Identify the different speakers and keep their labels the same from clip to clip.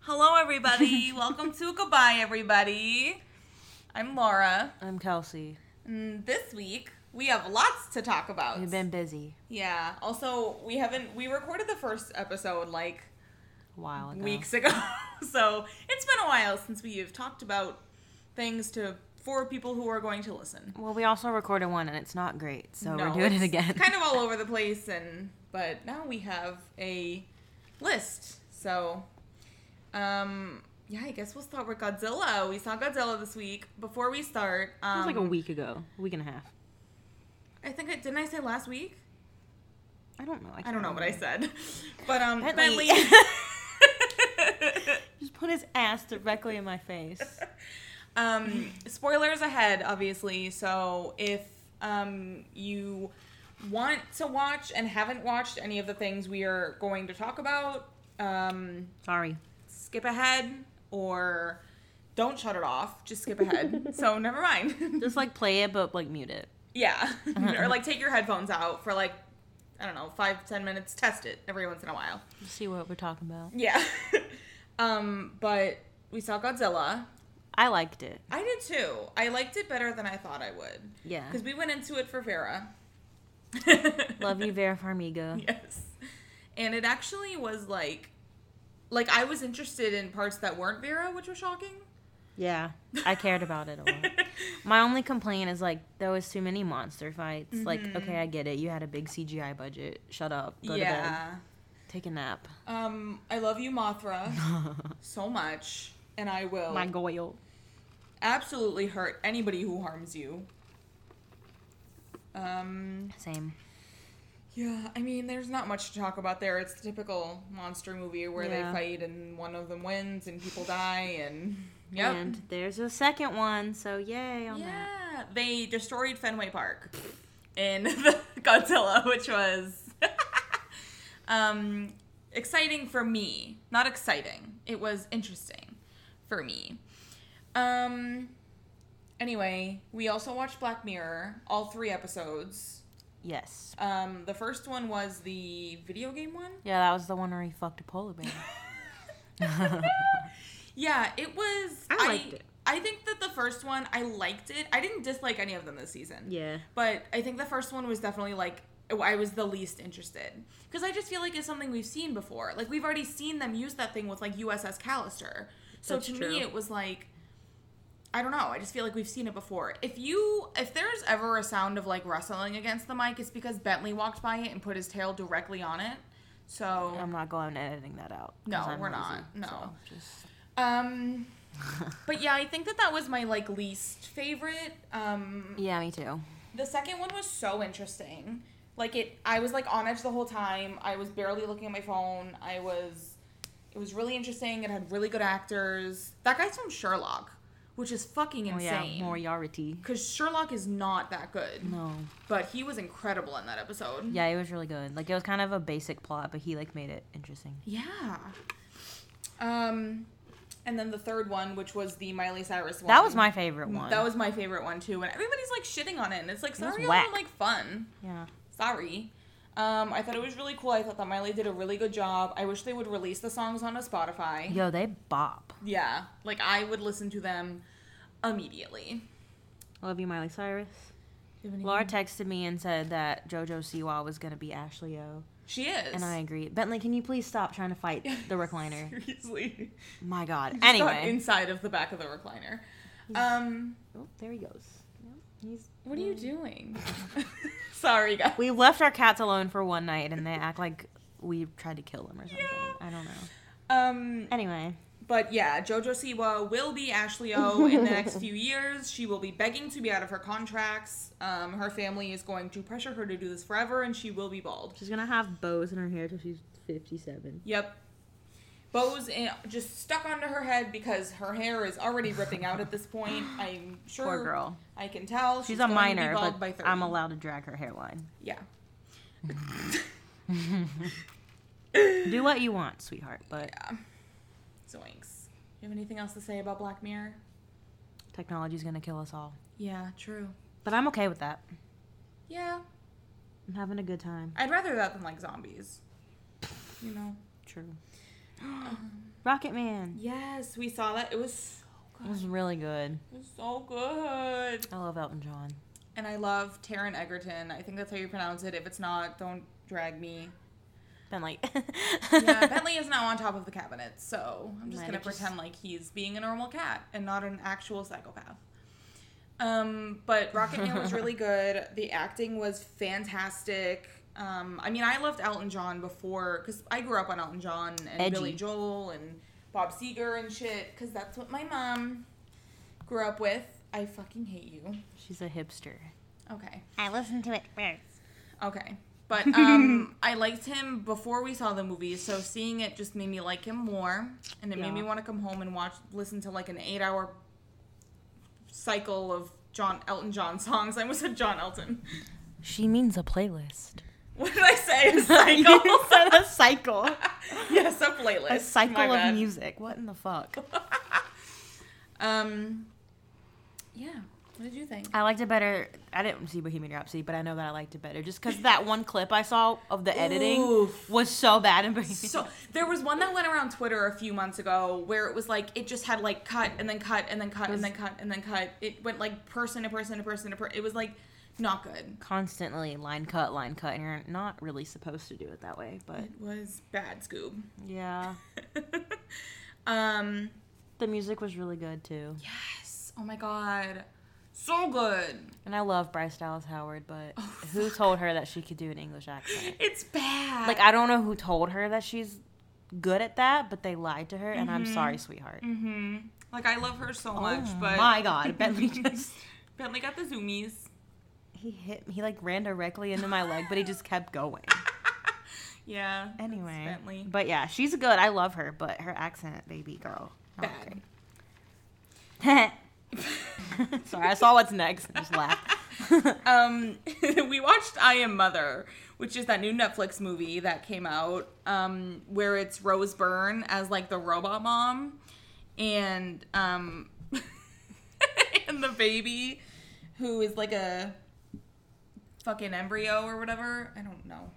Speaker 1: Hello, everybody. Welcome to Goodbye, everybody. I'm Laura.
Speaker 2: I'm Kelsey.
Speaker 1: And this week, we have lots to talk about.
Speaker 2: We've been busy
Speaker 1: yeah. Also, we haven't, we recorded the first episode like
Speaker 2: a while ago.
Speaker 1: weeks ago. so it's been a while since we have talked about things to for people who are going to listen.
Speaker 2: Well, we also recorded one and it's not great, so
Speaker 1: No,
Speaker 2: we're doing
Speaker 1: it's
Speaker 2: it again.
Speaker 1: kind of all over the place, and but now we have a list. So, um, yeah, I guess we'll start with Godzilla. We saw Godzilla this week. Before we start, um,
Speaker 2: it was like a week ago, a week and a half.
Speaker 1: I think it, didn't I say last week?
Speaker 2: I don't know.
Speaker 1: I
Speaker 2: can't
Speaker 1: don't know what I
Speaker 2: remember.
Speaker 1: said, but um,
Speaker 2: Bentley.
Speaker 1: Bentley.
Speaker 2: Just put his ass directly in my face.
Speaker 1: um, spoilers ahead, obviously. So if um, you want to watch and haven't watched any of the things we are going to talk about, um,
Speaker 2: Sorry.
Speaker 1: skip ahead or don't shut it off. Just skip ahead. so never mind.
Speaker 2: Just like play it, but like mute it.
Speaker 1: yeah. or like take your headphones out for like, I don't know, five, ten minutes. Test it every once in a while.
Speaker 2: Just see what we're talking about.
Speaker 1: Yeah. um, but we saw Godzilla.
Speaker 2: I liked it.
Speaker 1: I did too. I liked it better than I thought I would.
Speaker 2: Yeah.
Speaker 1: Because we went into it for Vera.
Speaker 2: Love you, Vera Farmiga.
Speaker 1: Yes. And it actually was like, like I was interested in parts that weren't Vera, which was shocking.
Speaker 2: Yeah, I cared about it a lot. My only complaint is like there was too many monster fights. Like, okay, I get it. You had a big CGI budget. Shut up. Go to bed.
Speaker 1: yeah.
Speaker 2: Take a nap.
Speaker 1: Um, I love you, Mothra, so much, and I will
Speaker 2: My goyle.
Speaker 1: absolutely hurt anybody who harms you. Um,
Speaker 2: Same.
Speaker 1: Yeah, I mean, there's not much to talk about there. It's the typical monster movie where
Speaker 2: Yeah.
Speaker 1: they fight and one of them wins and people die and yep.
Speaker 2: And there's a second one, so yay on
Speaker 1: yeah, they destroyed Fenway Park in the Godzilla, which was um, exciting for me. Not exciting. It was interesting for me. Um. Anyway, we also watched Black Mirror, all three episodes.
Speaker 2: that. Yes.
Speaker 1: Um, the first one was the video game one.
Speaker 2: Yeah, that was the one where he fucked a polar bear.
Speaker 1: Yeah, it was.
Speaker 2: I liked it.
Speaker 1: I think that the first one, I liked it. I didn't dislike any of them this season.
Speaker 2: yeah.
Speaker 1: But I think the first one was definitely like I was the least interested because I just feel like it's something we've seen before. Like we've already seen them use that thing with like USS Callister. So
Speaker 2: That's
Speaker 1: to
Speaker 2: true.
Speaker 1: me, it was like. I don't know. I just feel like we've seen it before. If you, if there's ever a sound of like wrestling against the mic, it's because Bentley walked by it and put his tail directly on it. So
Speaker 2: I'm not going and editing that out. 'cause
Speaker 1: No,
Speaker 2: I'm
Speaker 1: we're not. No.
Speaker 2: so just
Speaker 1: Um, but yeah, I think that that was my like least favorite. Um,
Speaker 2: yeah, me too.
Speaker 1: the second one was so interesting. Like it, I was like on edge the whole time. I was barely looking at my phone. I was, it was really interesting. It had really good actors. That guy's from Sherlock, which is fucking
Speaker 2: Oh yeah,
Speaker 1: insane.
Speaker 2: Moriarty.
Speaker 1: Because Sherlock is not that good,
Speaker 2: No.
Speaker 1: but he was incredible in that episode.
Speaker 2: Yeah, it was really good. Like it was kind of a basic plot, but he like made it interesting.
Speaker 1: Yeah. Um, and then the third one, which was the Miley Cyrus one.
Speaker 2: That was my favorite one.
Speaker 1: That was my favorite one too, and everybody's like shitting on it, and it's like
Speaker 2: was
Speaker 1: sorry, it
Speaker 2: whack.
Speaker 1: wasn't like fun.
Speaker 2: yeah.
Speaker 1: Sorry. Um, I thought it was really cool. I thought that Miley did a really good job. I wish they would release the songs on a Spotify.
Speaker 2: Yo, they bop.
Speaker 1: Yeah, like I would listen to them immediately.
Speaker 2: Love you, Miley Cyrus. Laura texted me and said that JoJo Siwa was gonna be Ashley O,
Speaker 1: she is.
Speaker 2: and I agree. Bentley, can you please stop trying to fight the recliner?
Speaker 1: seriously
Speaker 2: My God.
Speaker 1: Just got
Speaker 2: Anyway.
Speaker 1: inside of the back of the recliner. Um,
Speaker 2: Oh, there he goes. He's.
Speaker 1: what are you doing? sorry, guys.
Speaker 2: We left our cats alone for one night, and they act like we tried to kill them or something. I don't know.
Speaker 1: Um,
Speaker 2: Anyway,
Speaker 1: But yeah, JoJo Siwa will be Ashley O in the next few years. She will be begging to be out of her contracts. Um, her family is going to pressure her to do this forever, and she will be bald.
Speaker 2: she's gonna have bows in her hair till she's fifty-seven.
Speaker 1: Yep. Bows in, just stuck onto her head because her hair is already ripping out at this point. I'm sure.
Speaker 2: Poor girl.
Speaker 1: I can tell.
Speaker 2: She's, a
Speaker 1: going to be
Speaker 2: minor,
Speaker 1: bald
Speaker 2: but
Speaker 1: by 30.
Speaker 2: I'm allowed to drag her hairline.
Speaker 1: Yeah.
Speaker 2: Do what you want, sweetheart. But
Speaker 1: Zoinks. You have anything else to say about Black Mirror?
Speaker 2: technology's gonna kill us all.
Speaker 1: Yeah, true.
Speaker 2: But I'm okay with that.
Speaker 1: Yeah.
Speaker 2: I'm having a good time.
Speaker 1: I'd rather that than like zombies. You know?
Speaker 2: True. Rocket Man.
Speaker 1: Yes, we saw that. It was so
Speaker 2: It
Speaker 1: good.
Speaker 2: was really good.
Speaker 1: It was so good.
Speaker 2: I love Elton John.
Speaker 1: And I love Taryn Egerton. I think that's how you pronounce it. If it's not, don't drag me.
Speaker 2: Bentley.
Speaker 1: Yeah, Bentley is now on top of the cabinet, so I'm just
Speaker 2: Might
Speaker 1: gonna
Speaker 2: have just-
Speaker 1: pretend like he's being a normal cat and not an actual psychopath. Um, but Rocket Man was really good. The acting was fantastic. Um, I mean, I loved Elton John before because I grew up on Elton John and
Speaker 2: Edgy.
Speaker 1: Billy Joel and Bob Seger and shit because that's what my mom grew up with. I fucking hate you.
Speaker 2: She's a hipster.
Speaker 1: Okay.
Speaker 2: I listened to it first.
Speaker 1: Okay. But um, I liked him before we saw the movie, so seeing it just made me like him more, and it
Speaker 2: Yeah.
Speaker 1: made me want to come home and watch, listen to like an eight-hour cycle of John Elton John songs. I almost said John Elton.
Speaker 2: She means a playlist.
Speaker 1: What did I say? A
Speaker 2: You
Speaker 1: cycle.
Speaker 2: said a cycle.
Speaker 1: yes, a playlist.
Speaker 2: A cycle
Speaker 1: My
Speaker 2: of
Speaker 1: bad.
Speaker 2: music. What in the fuck?
Speaker 1: Um. Yeah. What did you think?
Speaker 2: I liked it better. I didn't see Bohemian Rhapsody, but I know that I liked it better just because that one clip I saw of the editing
Speaker 1: Oof.
Speaker 2: was so bad in Bohemian.
Speaker 1: So there was one that went around Twitter a few months ago where it was like it just had like cut and then cut and then cut and then cut and then cut. It went like person to person to person to person. It was like not good.
Speaker 2: Constantly line cut, line cut, and you're not really supposed to do it that way, but
Speaker 1: It was bad, Scoob.
Speaker 2: yeah.
Speaker 1: um,
Speaker 2: The music was really good too.
Speaker 1: yes. Oh my god, so good.
Speaker 2: And I love Bryce Dallas Howard, but who told her that she could do an English accent?
Speaker 1: It's bad.
Speaker 2: Like, I don't know who told her that she's good at that, but they lied to her, and I'm
Speaker 1: Mm-hmm.
Speaker 2: sorry, sweetheart.
Speaker 1: hmm Like I love her so much,
Speaker 2: Oh
Speaker 1: but
Speaker 2: my God, Bentley just
Speaker 1: Bentley got the zoomies.
Speaker 2: he hit he like ran directly into my leg, but he just kept going.
Speaker 1: Yeah. that's
Speaker 2: Anyway,
Speaker 1: Bentley.
Speaker 2: but yeah, she's good. I love her, but her accent, baby girl, Oh, not
Speaker 1: Bad.
Speaker 2: great. Sorry, I saw what's next and just laughed.
Speaker 1: Um, we watched I Am Mother, which is that new Netflix movie that came out, um, where it's Rose Byrne as like the robot mom, and um, and the baby, who is like a fucking embryo or whatever. I don't know.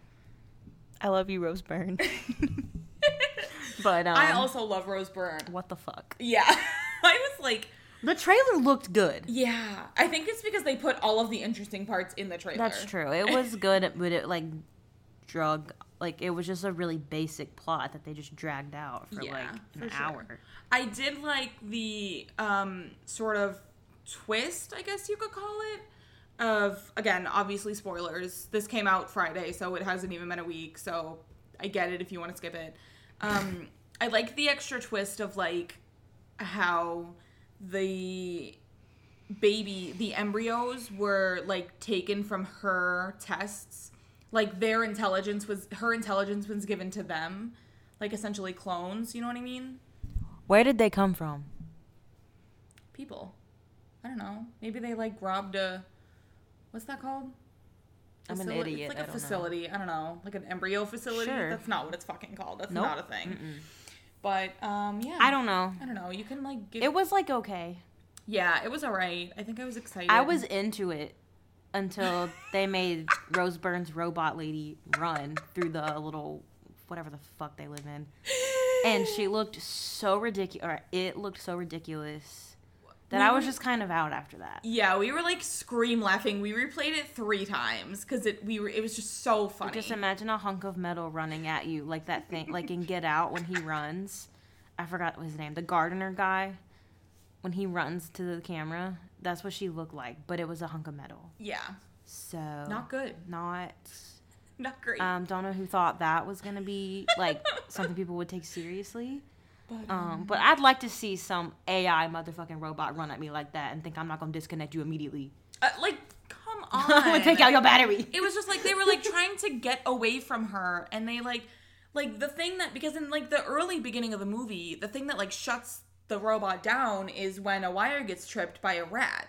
Speaker 2: I love you, Rose Byrne. but um,
Speaker 1: I also love Rose Byrne.
Speaker 2: what the fuck?
Speaker 1: Yeah, I was like,
Speaker 2: The trailer looked good.
Speaker 1: yeah. I think it's because they put all of the interesting parts in the trailer.
Speaker 2: That's true. It was good, but it like drug like it was just a really basic plot that they just dragged out for
Speaker 1: Yeah,
Speaker 2: like an
Speaker 1: for sure.
Speaker 2: hour.
Speaker 1: I did like the um, sort of twist, I guess you could call it, of again, obviously spoilers. This came out Friday, so it hasn't even been a week, so I get it if you want to skip it. Um, I like the extra twist of like how the baby, the embryos were like taken from her tests. Like their intelligence was her intelligence was given to them, like essentially clones, you know what I mean?
Speaker 2: Where did they come from?
Speaker 1: people. I don't know. Maybe they like robbed a what's that called?
Speaker 2: I'm an
Speaker 1: Facili-
Speaker 2: idiot,
Speaker 1: It's like a
Speaker 2: I don't know.
Speaker 1: facility. I don't know, like an embryo facility.
Speaker 2: Sure.
Speaker 1: That's not what it's fucking called. That's
Speaker 2: Nope.
Speaker 1: not a thing. But um, yeah.
Speaker 2: I don't know.
Speaker 1: I don't know. You can like give.
Speaker 2: It was like okay.
Speaker 1: yeah, it was alright. I think I was excited.
Speaker 2: I was into it until they made Rose Byrne's robot lady run through the little whatever the fuck they live in. And she looked so ridiculous. Or it looked so ridiculous that I was just kind of out after that.
Speaker 1: Yeah, we were like scream laughing. We replayed it three times because it we were it was just so funny.
Speaker 2: Just imagine a hunk of metal running at you like that thing, like in Get Out when he runs. I forgot his name, the gardener guy. When he runs to the camera, that's what she looked like, but it was a hunk of metal.
Speaker 1: yeah,
Speaker 2: So
Speaker 1: not good,
Speaker 2: not
Speaker 1: not great.
Speaker 2: Um, don't know who thought that was gonna be like something people would take seriously.
Speaker 1: but
Speaker 2: Um, but I'd like to see some AI motherfucking robot run at me like that and think I'm not gonna disconnect you immediately.
Speaker 1: uh, like, come on,
Speaker 2: I'm gonna take out your battery.
Speaker 1: it was just like they were like trying to get away from her and they like like the thing that because in like the early beginning of the movie the thing that like shuts the robot down is when a wire gets tripped by a rat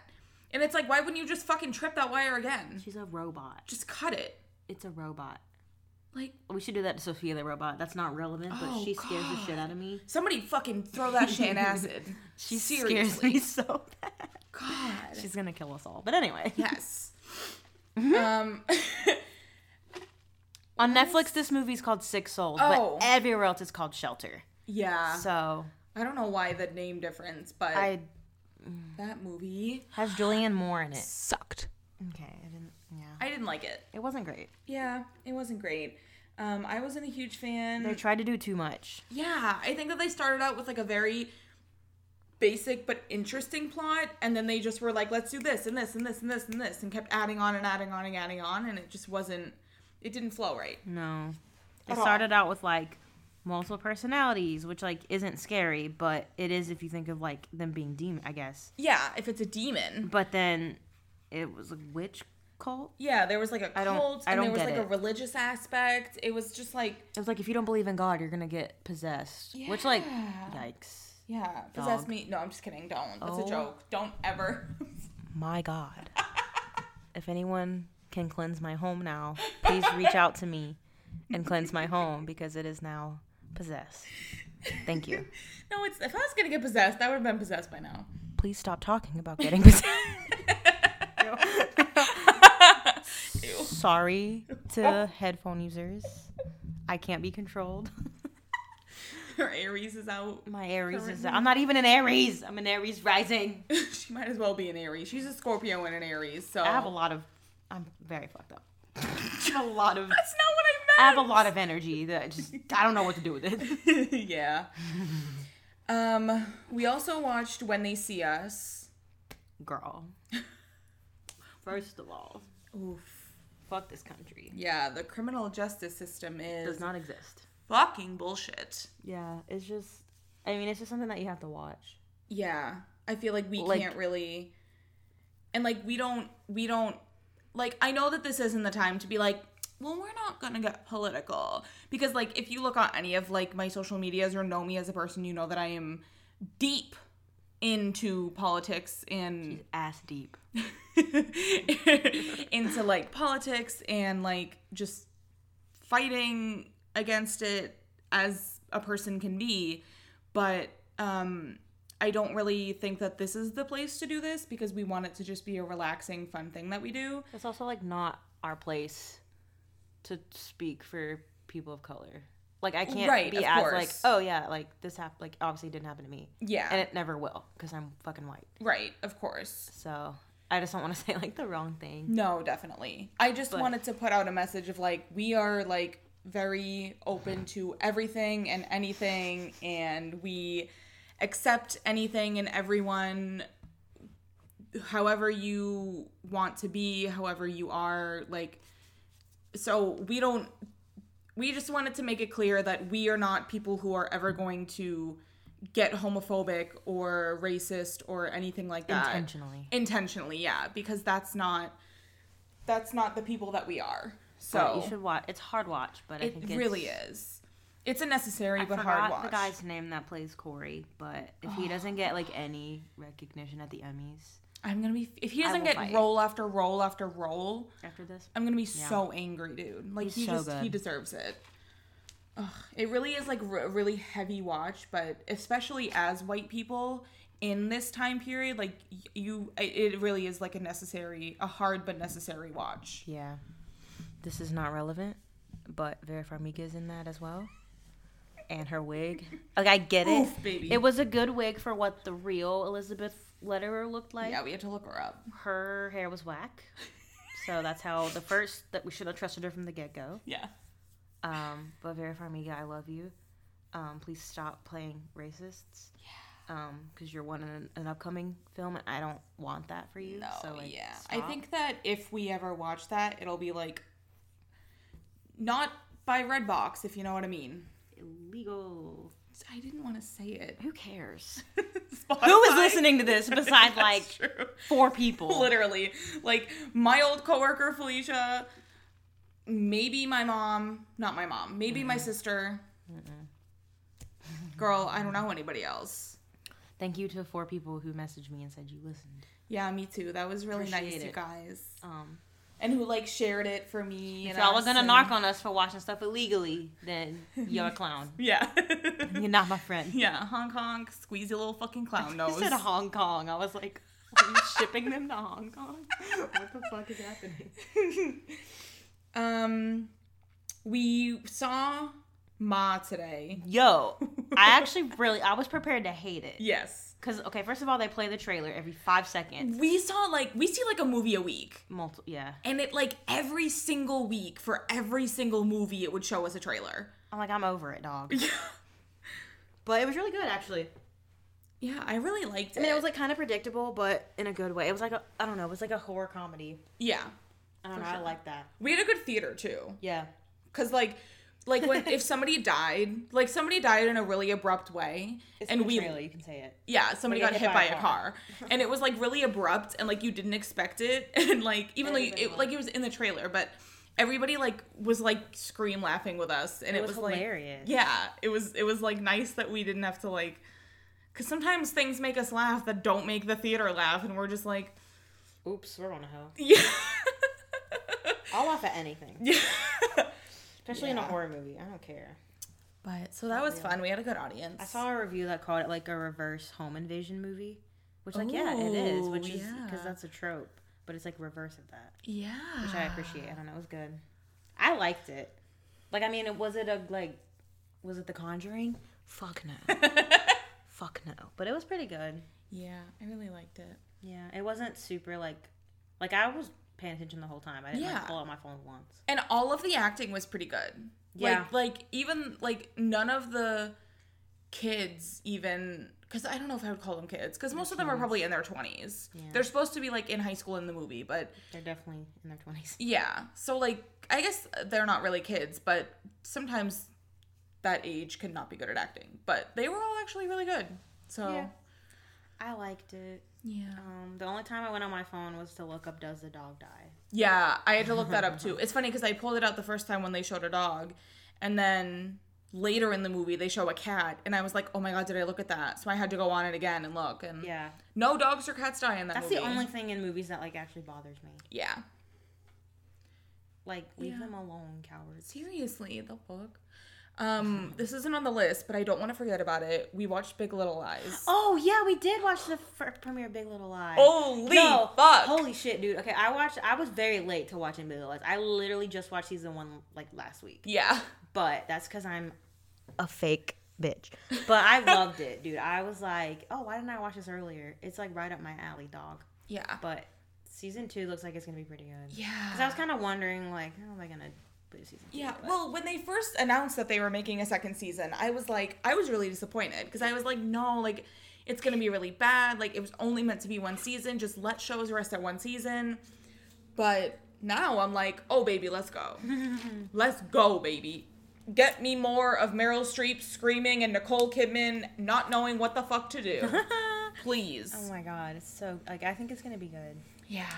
Speaker 1: and it's like why wouldn't you just fucking trip that wire again
Speaker 2: She's a robot.
Speaker 1: just cut it
Speaker 2: It's a robot.
Speaker 1: like
Speaker 2: We should do that to Sophia the robot. That's not relevant, but
Speaker 1: Oh,
Speaker 2: she scares the
Speaker 1: God.
Speaker 2: shit out of me.
Speaker 1: somebody fucking throw that shit in acid
Speaker 2: She scares me so bad.
Speaker 1: god
Speaker 2: She's gonna kill us all. But anyway,
Speaker 1: yes um
Speaker 2: on Netflix, this movie's called Six Souls,
Speaker 1: Oh.
Speaker 2: Oh. but everywhere else it's called Shelter.
Speaker 1: Yeah.
Speaker 2: So
Speaker 1: I don't know why the name difference, but
Speaker 2: I
Speaker 1: that movie
Speaker 2: has Julianne Moore in it.
Speaker 1: sucked.
Speaker 2: Okay, I didn't. Yeah,
Speaker 1: I didn't like it.
Speaker 2: it wasn't great.
Speaker 1: Yeah, it wasn't great. Um, I wasn't a huge fan.
Speaker 2: They tried to do too much.
Speaker 1: yeah, I think that they started out with like a very basic but interesting plot, and then they just were like, let's do this and this and this and this and this, and kept adding on and adding on and adding on, and it just wasn't. It didn't flow right.
Speaker 2: No, it
Speaker 1: At all.
Speaker 2: started out with like multiple personalities, which like isn't scary, but it is if you think of like them being demon, I guess.
Speaker 1: Yeah, if it's a demon.
Speaker 2: But then it was a witch cult.
Speaker 1: Yeah, there was like a
Speaker 2: I don't-
Speaker 1: cult,
Speaker 2: I
Speaker 1: and there
Speaker 2: don't
Speaker 1: was
Speaker 2: get
Speaker 1: like a
Speaker 2: it.
Speaker 1: religious aspect. It was just like,
Speaker 2: It was like if you don't believe in God, you're gonna get possessed. Which like,
Speaker 1: Yeah.
Speaker 2: yikes,
Speaker 1: yeah, possess
Speaker 2: Dog.
Speaker 1: me. No, I'm just kidding. Don't. That's
Speaker 2: Oh.
Speaker 1: a joke. Don't ever.
Speaker 2: my God. if anyone can cleanse my home now, please reach out to me and cleanse my home because it is now possessed. Thank you.
Speaker 1: No, it's if I was gonna get possessed, I would have been possessed by now.
Speaker 2: Please stop talking about getting possessed.
Speaker 1: Ew.
Speaker 2: Sorry to headphone users. I can't be controlled.
Speaker 1: Her Aries is out.
Speaker 2: My Aries is. I'm not even an Aries. I'm an Aries rising.
Speaker 1: she might as well be an Aries. She's a Scorpio and an Aries, so
Speaker 2: I have a lot of. I'm very fucked up. I have a lot of.
Speaker 1: That's not what I meant.
Speaker 2: I have a lot of energy that I just. I don't know what to do with it.
Speaker 1: yeah. Um, we also watched When They See Us.
Speaker 2: Girl. First of all,
Speaker 1: Oof.
Speaker 2: fuck this country.
Speaker 1: Yeah, the criminal justice system is
Speaker 2: Does not exist.
Speaker 1: fucking bullshit.
Speaker 2: Yeah, it's just. I mean, it's just something that you have to watch.
Speaker 1: Yeah. I feel like we
Speaker 2: Like-
Speaker 1: can't really and like we don't we don't like I know that this isn't the time to be like well we're not going to get political because like if you look on any of like my social medias or know me as a person you know that I am deep into politics and
Speaker 2: Ass deep.
Speaker 1: into like politics and like just fighting against it as a person can be but um i don't really think that this is the place to do this because we want it to just be a relaxing fun thing that we do
Speaker 2: It's also like not our place to speak for people of color. Like I can't
Speaker 1: Right, of
Speaker 2: be as like,
Speaker 1: course.
Speaker 2: oh yeah, like this happened. Like obviously it didn't happen to me,
Speaker 1: yeah
Speaker 2: and it never will because I'm fucking white.
Speaker 1: right of course
Speaker 2: So I just don't want to say like the wrong thing.
Speaker 1: no definitely i just
Speaker 2: But-
Speaker 1: wanted to put out a message of like we are like very open to everything and anything and we accept anything and everyone however you want to be, however you are, like so we don't we just wanted to make it clear that we are not people who are ever going to get homophobic or racist or anything like that.
Speaker 2: Intentionally.
Speaker 1: Intentionally, yeah, because that's not that's not the people that we are. So
Speaker 2: But you should watch. It's hard watch, but I
Speaker 1: it
Speaker 2: think it's,
Speaker 1: really is. It's a necessary
Speaker 2: I
Speaker 1: but
Speaker 2: forgot
Speaker 1: hard watch.
Speaker 2: the guy's name that plays Corey, but if he doesn't get like any recognition at the Emmys
Speaker 1: I'm gonna be if he
Speaker 2: I
Speaker 1: doesn't
Speaker 2: will
Speaker 1: get
Speaker 2: fight.
Speaker 1: roll after roll after roll,
Speaker 2: after this,
Speaker 1: I'm gonna be so angry, dude. Like
Speaker 2: He's
Speaker 1: he
Speaker 2: so
Speaker 1: just he
Speaker 2: good.
Speaker 1: deserves it. Ugh, it really is like r- a really heavy watch, but especially as white people in this time period, like y- you, it- it really is like a necessary, a hard but necessary watch.
Speaker 2: yeah, this is not relevant. But Vera Farmiga's in that as well, and her wig. Like I get it.
Speaker 1: Oof, baby.
Speaker 2: It was a good wig for what the real Elizabeth Letterer looked like.
Speaker 1: yeah, we had to look her up.
Speaker 2: Her hair was whack. So that's how the first that we should have trusted her from the get go.
Speaker 1: Yeah,
Speaker 2: Um, but Vera Farmiga, I love you. Um, please stop playing racists. Yeah. Because you're one in an, an upcoming film, and I don't want that for you.
Speaker 1: no,
Speaker 2: so, like,
Speaker 1: yeah. I
Speaker 2: stop.
Speaker 1: think that if we ever watch that, it'll be like not by Redbox, if you know what I mean.
Speaker 2: illegal.
Speaker 1: I didn't want to say it.
Speaker 2: Who cares? Who is listening to this besides like oh.
Speaker 1: True.
Speaker 2: four people?
Speaker 1: literally like my old coworker felicia maybe my mom not my mom maybe my sister girl i don't know anybody else
Speaker 2: Thank you to four people who messaged me and said you listened.
Speaker 1: yeah me too that was really nice
Speaker 2: Appreciate
Speaker 1: you
Speaker 2: it.
Speaker 1: guys
Speaker 2: Um,
Speaker 1: and who like shared it for me
Speaker 2: if
Speaker 1: and
Speaker 2: y'all are
Speaker 1: us
Speaker 2: gonna
Speaker 1: and-
Speaker 2: narc on us for watching stuff illegally, then you're a clown.
Speaker 1: yeah
Speaker 2: You're not my friend.
Speaker 1: yeah honk honk squeeze your little fucking clown
Speaker 2: You
Speaker 1: nose
Speaker 2: said Hong Kong. I was like, are you shipping them to Hong Kong? what the fuck is happening?
Speaker 1: um we saw Ma today.
Speaker 2: Yo, I actually really I was prepared to hate it.
Speaker 1: Yes.
Speaker 2: Cause okay, first of all, they play the trailer every five seconds.
Speaker 1: We saw like we see like a movie a week.
Speaker 2: Multi yeah.
Speaker 1: And it like every single week for every single movie it would show us a trailer.
Speaker 2: I'm like, I'm over it, dog.
Speaker 1: Yeah.
Speaker 2: But it was really good actually.
Speaker 1: Yeah, I really liked it.
Speaker 2: I mean it was like kind of predictable, but in a good way. It was like a I don't know, it was like a horror comedy.
Speaker 1: yeah.
Speaker 2: I don't know, I like that.
Speaker 1: We had a good theater too.
Speaker 2: Yeah.
Speaker 1: Cause like like when if somebody died, like somebody died in a really abrupt way.
Speaker 2: It's
Speaker 1: and
Speaker 2: in the
Speaker 1: we
Speaker 2: trailer, you can say it.
Speaker 1: Yeah, somebody got, hit, by, a car. and it was like really abrupt and like you didn't expect it and like even though you-
Speaker 2: Everybody
Speaker 1: it like it was in the trailer, but everybody like was like scream laughing with us and it,
Speaker 2: It was
Speaker 1: like
Speaker 2: hilarious.
Speaker 1: yeah, it was it was like nice that we didn't have to like cuz sometimes things make us laugh that don't make the theater laugh and we're just like
Speaker 2: Oops, we're on a hoe.
Speaker 1: yeah.
Speaker 2: I'll laugh at anything. Especially in a
Speaker 1: Yeah.
Speaker 2: horror movie. I don't care.
Speaker 1: But so that was fun. We had a good audience.
Speaker 2: I saw a review that called it like a reverse home invasion movie, which like yeah, it is,
Speaker 1: Ooh,
Speaker 2: which is because
Speaker 1: yeah.
Speaker 2: that's a trope, but it's like reverse of that,
Speaker 1: yeah.
Speaker 2: which I appreciate. I don't know, it was good. I liked it. Like I mean, it was it a like was it The Conjuring? Fuck no, fuck no. But it was pretty good.
Speaker 1: yeah, I really liked it.
Speaker 2: Yeah, it wasn't super like like I was paying attention the whole time. I didn't
Speaker 1: Yeah.
Speaker 2: like, pull out my phone once.
Speaker 1: and all of the acting was pretty good.
Speaker 2: Yeah.
Speaker 1: Like like even like none of the kids even cuz I don't know if I would call them kids cuz most of them are probably in their 20s.
Speaker 2: Yeah.
Speaker 1: They're supposed to be like in high school in the movie, but
Speaker 2: They're definitely in their twenties.
Speaker 1: yeah. So like I guess they're not really kids, but sometimes that age can not be good at acting. But they were all actually really good. So
Speaker 2: Yeah. I liked it.
Speaker 1: yeah.
Speaker 2: Um, the only time I went on my phone was to look up does the dog die.
Speaker 1: Yeah, I had to look that up too. It's funny because I pulled it out the first time when they showed a dog, and then later in the movie they show a cat, and I was like, oh my god, did I look at that? So I had to go on it again and look, and
Speaker 2: Yeah.
Speaker 1: no dogs or cats die in that
Speaker 2: That's
Speaker 1: movie.
Speaker 2: the only thing in movies that like actually bothers me.
Speaker 1: Yeah.
Speaker 2: Like leave
Speaker 1: Yeah.
Speaker 2: them alone, cowards.
Speaker 1: Seriously, the fuck. Um, this isn't on the list, but I don't want to forget about it. We watched Big Little Lies.
Speaker 2: Oh yeah, we did watch the fir- premiere of Big Little Lies.
Speaker 1: Holy
Speaker 2: Yo,
Speaker 1: fuck!
Speaker 2: Holy shit, dude. Okay, I watched. I was very late to watching Big Little Lies. I literally just watched season one like last week,
Speaker 1: yeah.
Speaker 2: but that's because I'm a fake bitch. But I loved it, dude. I was like, oh, why didn't I watch this earlier? It's like right up my alley, dog.
Speaker 1: Yeah.
Speaker 2: But season two looks like it's gonna be pretty good. Because I
Speaker 1: Yeah.
Speaker 2: was kind of wondering, like, how am I gonna do season two?
Speaker 1: Yeah,
Speaker 2: But-
Speaker 1: well, when they first announced that they were making a second season, I was like, I was really disappointed because I was like, no, like, it's gonna be really bad. Like, it was only meant to be one season. Just let shows rest at one season. But now I'm like, oh, baby, let's go. let's go, baby. Get me more of Meryl Streep screaming and Nicole Kidman not knowing what the fuck to do. Please.
Speaker 2: Oh my god, it's so like I think it's gonna be good.
Speaker 1: yeah.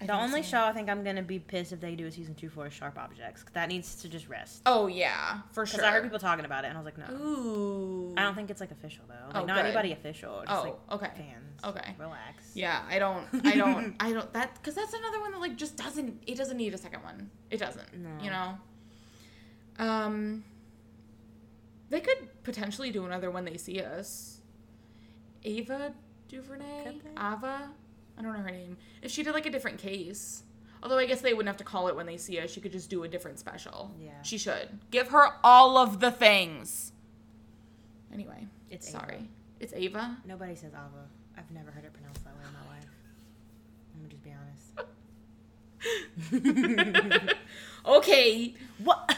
Speaker 1: I
Speaker 2: The
Speaker 1: think
Speaker 2: only
Speaker 1: so.
Speaker 2: show I think I'm gonna be pissed if they do a season two for is Sharp Objects. 'cause That needs to just rest.
Speaker 1: Oh, yeah, for
Speaker 2: Because
Speaker 1: sure.
Speaker 2: I heard people talking about it and I was like, no.
Speaker 1: Ooh.
Speaker 2: I don't think it's like official though. Like
Speaker 1: Oh,
Speaker 2: not
Speaker 1: good.
Speaker 2: anybody official. Just
Speaker 1: Oh,
Speaker 2: like
Speaker 1: okay.
Speaker 2: fans.
Speaker 1: Okay.
Speaker 2: Relax.
Speaker 1: Yeah, I don't, I don't, I don't. That because that's another one that like just doesn't. It doesn't need a second one. It doesn't.
Speaker 2: No.
Speaker 1: You know. Um. They could potentially do another when they see us. Ava Duvernay,
Speaker 2: Could they?
Speaker 1: Ava, I don't know her name. If she did like a different case, although I guess they wouldn't have to call it when they see us. She could just do a different special.
Speaker 2: Yeah.
Speaker 1: She should give her all of the things. Anyway,
Speaker 2: It's Ava.
Speaker 1: sorry. It's Ava.
Speaker 2: Nobody says Ava. I've never heard it pronounced that way in my life. I'm gonna just be honest.
Speaker 1: Okay.
Speaker 2: What?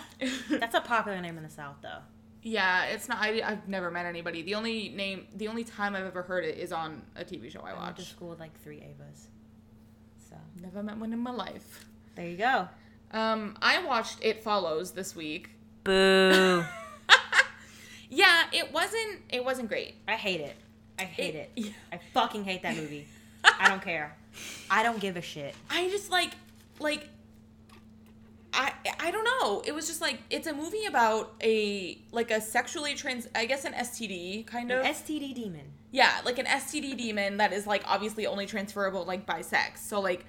Speaker 2: That's a popular name in the South though.
Speaker 1: Yeah, it's not. I, I've never met anybody. The only name, the only time I've ever heard it is on a TV show I
Speaker 2: I went to
Speaker 1: watch.
Speaker 2: school with like three Avas. So
Speaker 1: Never met one in my life.
Speaker 2: there you go.
Speaker 1: Um, I watched It Follows this week.
Speaker 2: Boo.
Speaker 1: Yeah, it wasn't. It wasn't great.
Speaker 2: I hate it. I hate
Speaker 1: It-
Speaker 2: it.
Speaker 1: yeah.
Speaker 2: I fucking hate that movie. I don't care. I don't give a shit.
Speaker 1: I just like, like, I I don't know. It was just like it's a movie about a like a sexually trans. I guess an STD kind of.
Speaker 2: An STD demon.
Speaker 1: Yeah, like an STD demon that is like obviously only transferable like by sex. So like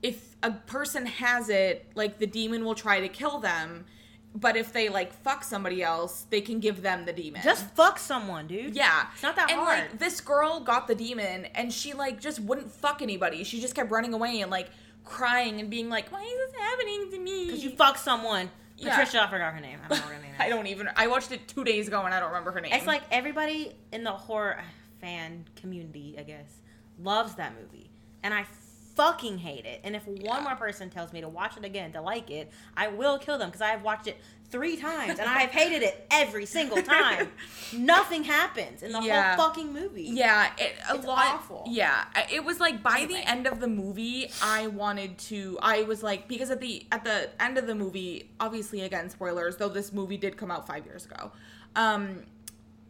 Speaker 1: if a person has it, like the demon will try to kill them, but if they like fuck somebody else, they can give them the demon.
Speaker 2: Just fuck someone, dude.
Speaker 1: yeah.
Speaker 2: It's not that
Speaker 1: and,
Speaker 2: hard.
Speaker 1: like this girl got the demon and she like just wouldn't fuck anybody. She just kept running away and like crying and being like, "Why is this happening to me?"
Speaker 2: Cause you fuck someone.
Speaker 1: Yeah.
Speaker 2: Patricia, I forgot her name. I don't know her name.
Speaker 1: I don't even. I watched it two days ago and I don't remember her name.
Speaker 2: It's like everybody in the horror fan community, I guess, loves that movie. And I fucking hate it. And if
Speaker 1: Yeah.
Speaker 2: one more person tells me to watch it again, to like it, I will kill them because I have watched it three times and I have hated it every single time. Nothing happens in the
Speaker 1: Yeah.
Speaker 2: whole fucking movie.
Speaker 1: Yeah, it, a
Speaker 2: It's
Speaker 1: lot.
Speaker 2: awful.
Speaker 1: Yeah, I- it was like by
Speaker 2: Anyway.
Speaker 1: the end of the movie, I wanted to. I was like, because at the at the end of the movie, obviously again spoilers, though this movie did come out five years ago. Um,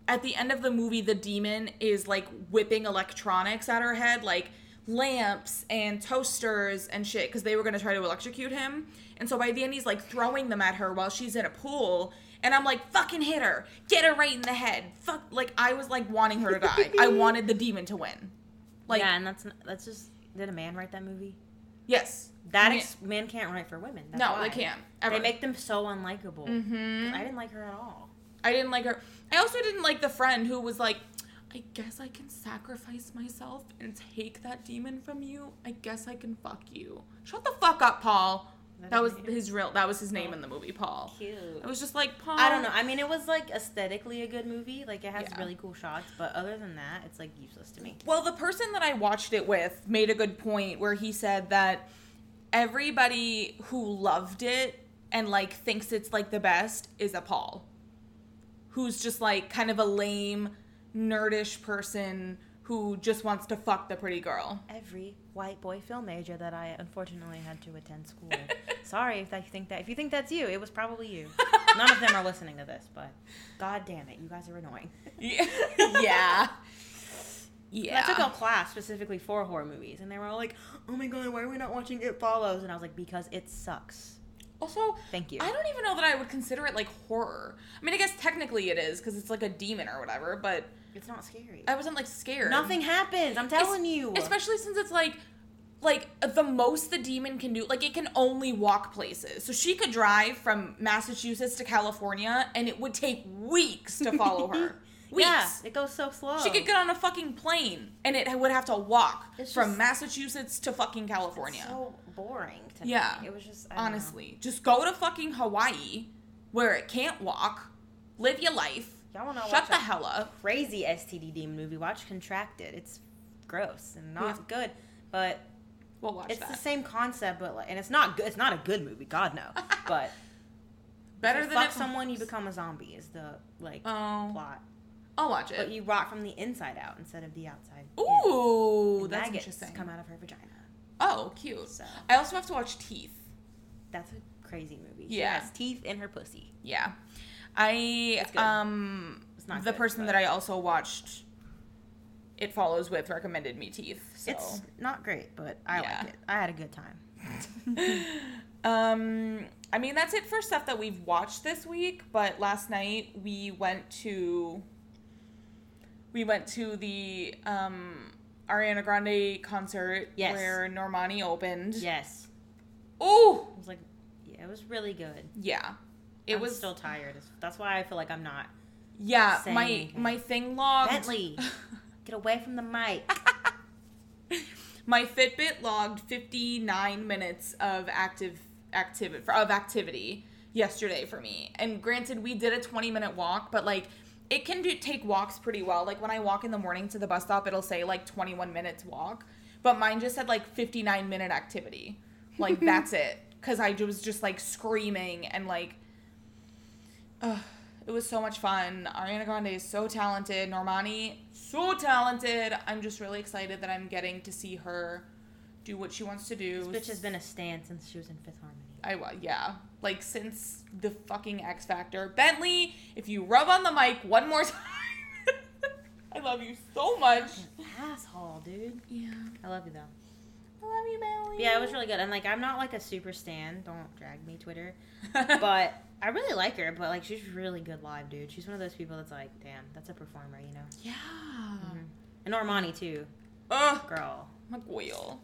Speaker 1: at the end of the movie, the demon is like whipping electronics at her head, like lamps and toasters and shit, because they were gonna try to electrocute him. And so by the end, he's like throwing them at her while she's in a pool. And I'm like, fucking hit her, get her right in the head. Fuck, like I was like wanting her to die. I wanted the demon to win. Like
Speaker 2: yeah, and that's n- that's just did a man write that movie?
Speaker 1: yes,
Speaker 2: That
Speaker 1: Man-
Speaker 2: ex- men can't write for women. That's
Speaker 1: no,
Speaker 2: why.
Speaker 1: they can't.
Speaker 2: They
Speaker 1: Ever.
Speaker 2: make them so unlikable.
Speaker 1: Mhm.
Speaker 2: I didn't like her at all.
Speaker 1: I didn't like her. I also didn't like the friend who was like, I guess I can sacrifice myself and take that demon from you. I guess I can fuck you. Shut the fuck up, Paul.
Speaker 2: That
Speaker 1: That was
Speaker 2: his name?
Speaker 1: his real. That was his name in the movie, Paul.
Speaker 2: Cute. Um,
Speaker 1: I was just like Paul.
Speaker 2: I don't know. I mean, it was like aesthetically a good movie. Like it has
Speaker 1: Yeah.
Speaker 2: really cool shots, but other than that, it's like useless to me.
Speaker 1: Well, the person that I watched it with made a good point where he said that everybody who loved it and like thinks it's like the best is a Paul, who's just like kind of a lame, nerdish person who just wants to fuck the pretty girl.
Speaker 2: Every white boy film major that I unfortunately had to attend school. with. Sorry if I think that. If you think that's you, it was probably you. None of them are listening to this, but god damn it, you guys are annoying.
Speaker 1: Yeah. yeah.
Speaker 2: I took a class specifically for horror movies, and they were all like, "Oh my god, why are we not watching It Follows?" And I was like, "Because it sucks."
Speaker 1: Also,
Speaker 2: Thank you.
Speaker 1: I don't even know that I would consider it like horror. I mean, I guess technically it is because it's like a demon or whatever, but
Speaker 2: It's not scary.
Speaker 1: I wasn't like scared.
Speaker 2: Nothing happens. I'm telling you.
Speaker 1: especially since it's like like the most the demon can do like it can only walk places so she could drive from massachusetts to california and it would take weeks to follow her weeks
Speaker 2: yeah, it goes so slow.
Speaker 1: she could get on a fucking plane and it would have to walk
Speaker 2: It's
Speaker 1: from
Speaker 2: just-
Speaker 1: massachusetts to fucking california
Speaker 2: So boring to
Speaker 1: Yeah.
Speaker 2: me. It was just I don't know.
Speaker 1: honestly just go to fucking hawaii where it can't walk live your life
Speaker 2: Y'all wanna
Speaker 1: shut
Speaker 2: watch
Speaker 1: the
Speaker 2: a-
Speaker 1: hell up
Speaker 2: crazy STD demon movie. Watch Contracted. It's gross and
Speaker 1: We
Speaker 2: not
Speaker 1: have-
Speaker 2: good, but
Speaker 1: we'll watch
Speaker 2: it's the
Speaker 1: that
Speaker 2: same concept. But like, and it's not good. It's not a good movie. God no. But
Speaker 1: better
Speaker 2: if you
Speaker 1: than
Speaker 2: fuck
Speaker 1: it-
Speaker 2: someone, you become a zombie. Is the like
Speaker 1: oh
Speaker 2: plot,
Speaker 1: i'll watch
Speaker 2: but
Speaker 1: it
Speaker 2: you rot from the inside out instead of the outside. in.
Speaker 1: ooh
Speaker 2: And
Speaker 1: that's
Speaker 2: maggots
Speaker 1: interesting
Speaker 2: come out of her vagina.
Speaker 1: Oh, cute.
Speaker 2: So
Speaker 1: I also have to watch Teeth.
Speaker 2: that's a crazy movie.
Speaker 1: Yeah.
Speaker 2: She has teeth in her pussy.
Speaker 1: Yeah. I
Speaker 2: It's good.
Speaker 1: um
Speaker 2: It's not
Speaker 1: the
Speaker 2: good,
Speaker 1: person
Speaker 2: but-
Speaker 1: that I also watched It Follows with recommended me Teeth. So
Speaker 2: It's not great, but I
Speaker 1: Yeah.
Speaker 2: like it. I had a good time.
Speaker 1: um I mean that's it for stuff that we've watched this week, but last night we went to we went to the um Ariana Grande concert
Speaker 2: Yes.
Speaker 1: where Normani opened.
Speaker 2: Yes,
Speaker 1: Oh,
Speaker 2: it was like, yeah, it was really good.
Speaker 1: yeah. It
Speaker 2: I'm
Speaker 1: was
Speaker 2: still tired. It's- That's why I feel like I'm not.
Speaker 1: yeah,
Speaker 2: saying
Speaker 1: my
Speaker 2: anything.
Speaker 1: my thing logged
Speaker 2: Bentley, get away from the mic.
Speaker 1: My Fitbit logged 59 minutes of active activity of activity yesterday for me. And granted, we did a 20 minute walk, but like it can do take walks pretty well. Like when I walk in the morning to the bus stop, it'll say like 21 minutes walk, but mine just said like 59 minute activity. Like that's it cuz I was just like screaming and like ugh, it was so much fun. Ariana Grande is so talented. Normani, so talented. I'm just really excited that I'm getting to see her do what she wants to do.
Speaker 2: This bitch has been a stan since she was in Fifth Harmony.
Speaker 1: I was, yeah. Like since the fucking X Factor. Bentley, if you rub on the mic one more time, I love you so much.
Speaker 2: Asshole, dude.
Speaker 1: Yeah.
Speaker 2: I love you though.
Speaker 1: I love you, Bentley.
Speaker 2: Yeah, it was really good. And like, I'm not like a super stan. Don't drag me, Twitter. But I really like her. But like, she's really good live, dude. She's one of those people that's like, damn, that's a performer, you know.
Speaker 1: yeah. Oh.
Speaker 2: Mhm. And Normani too,
Speaker 1: Mm-hmm. Ugh,
Speaker 2: girl.
Speaker 1: McGoyle.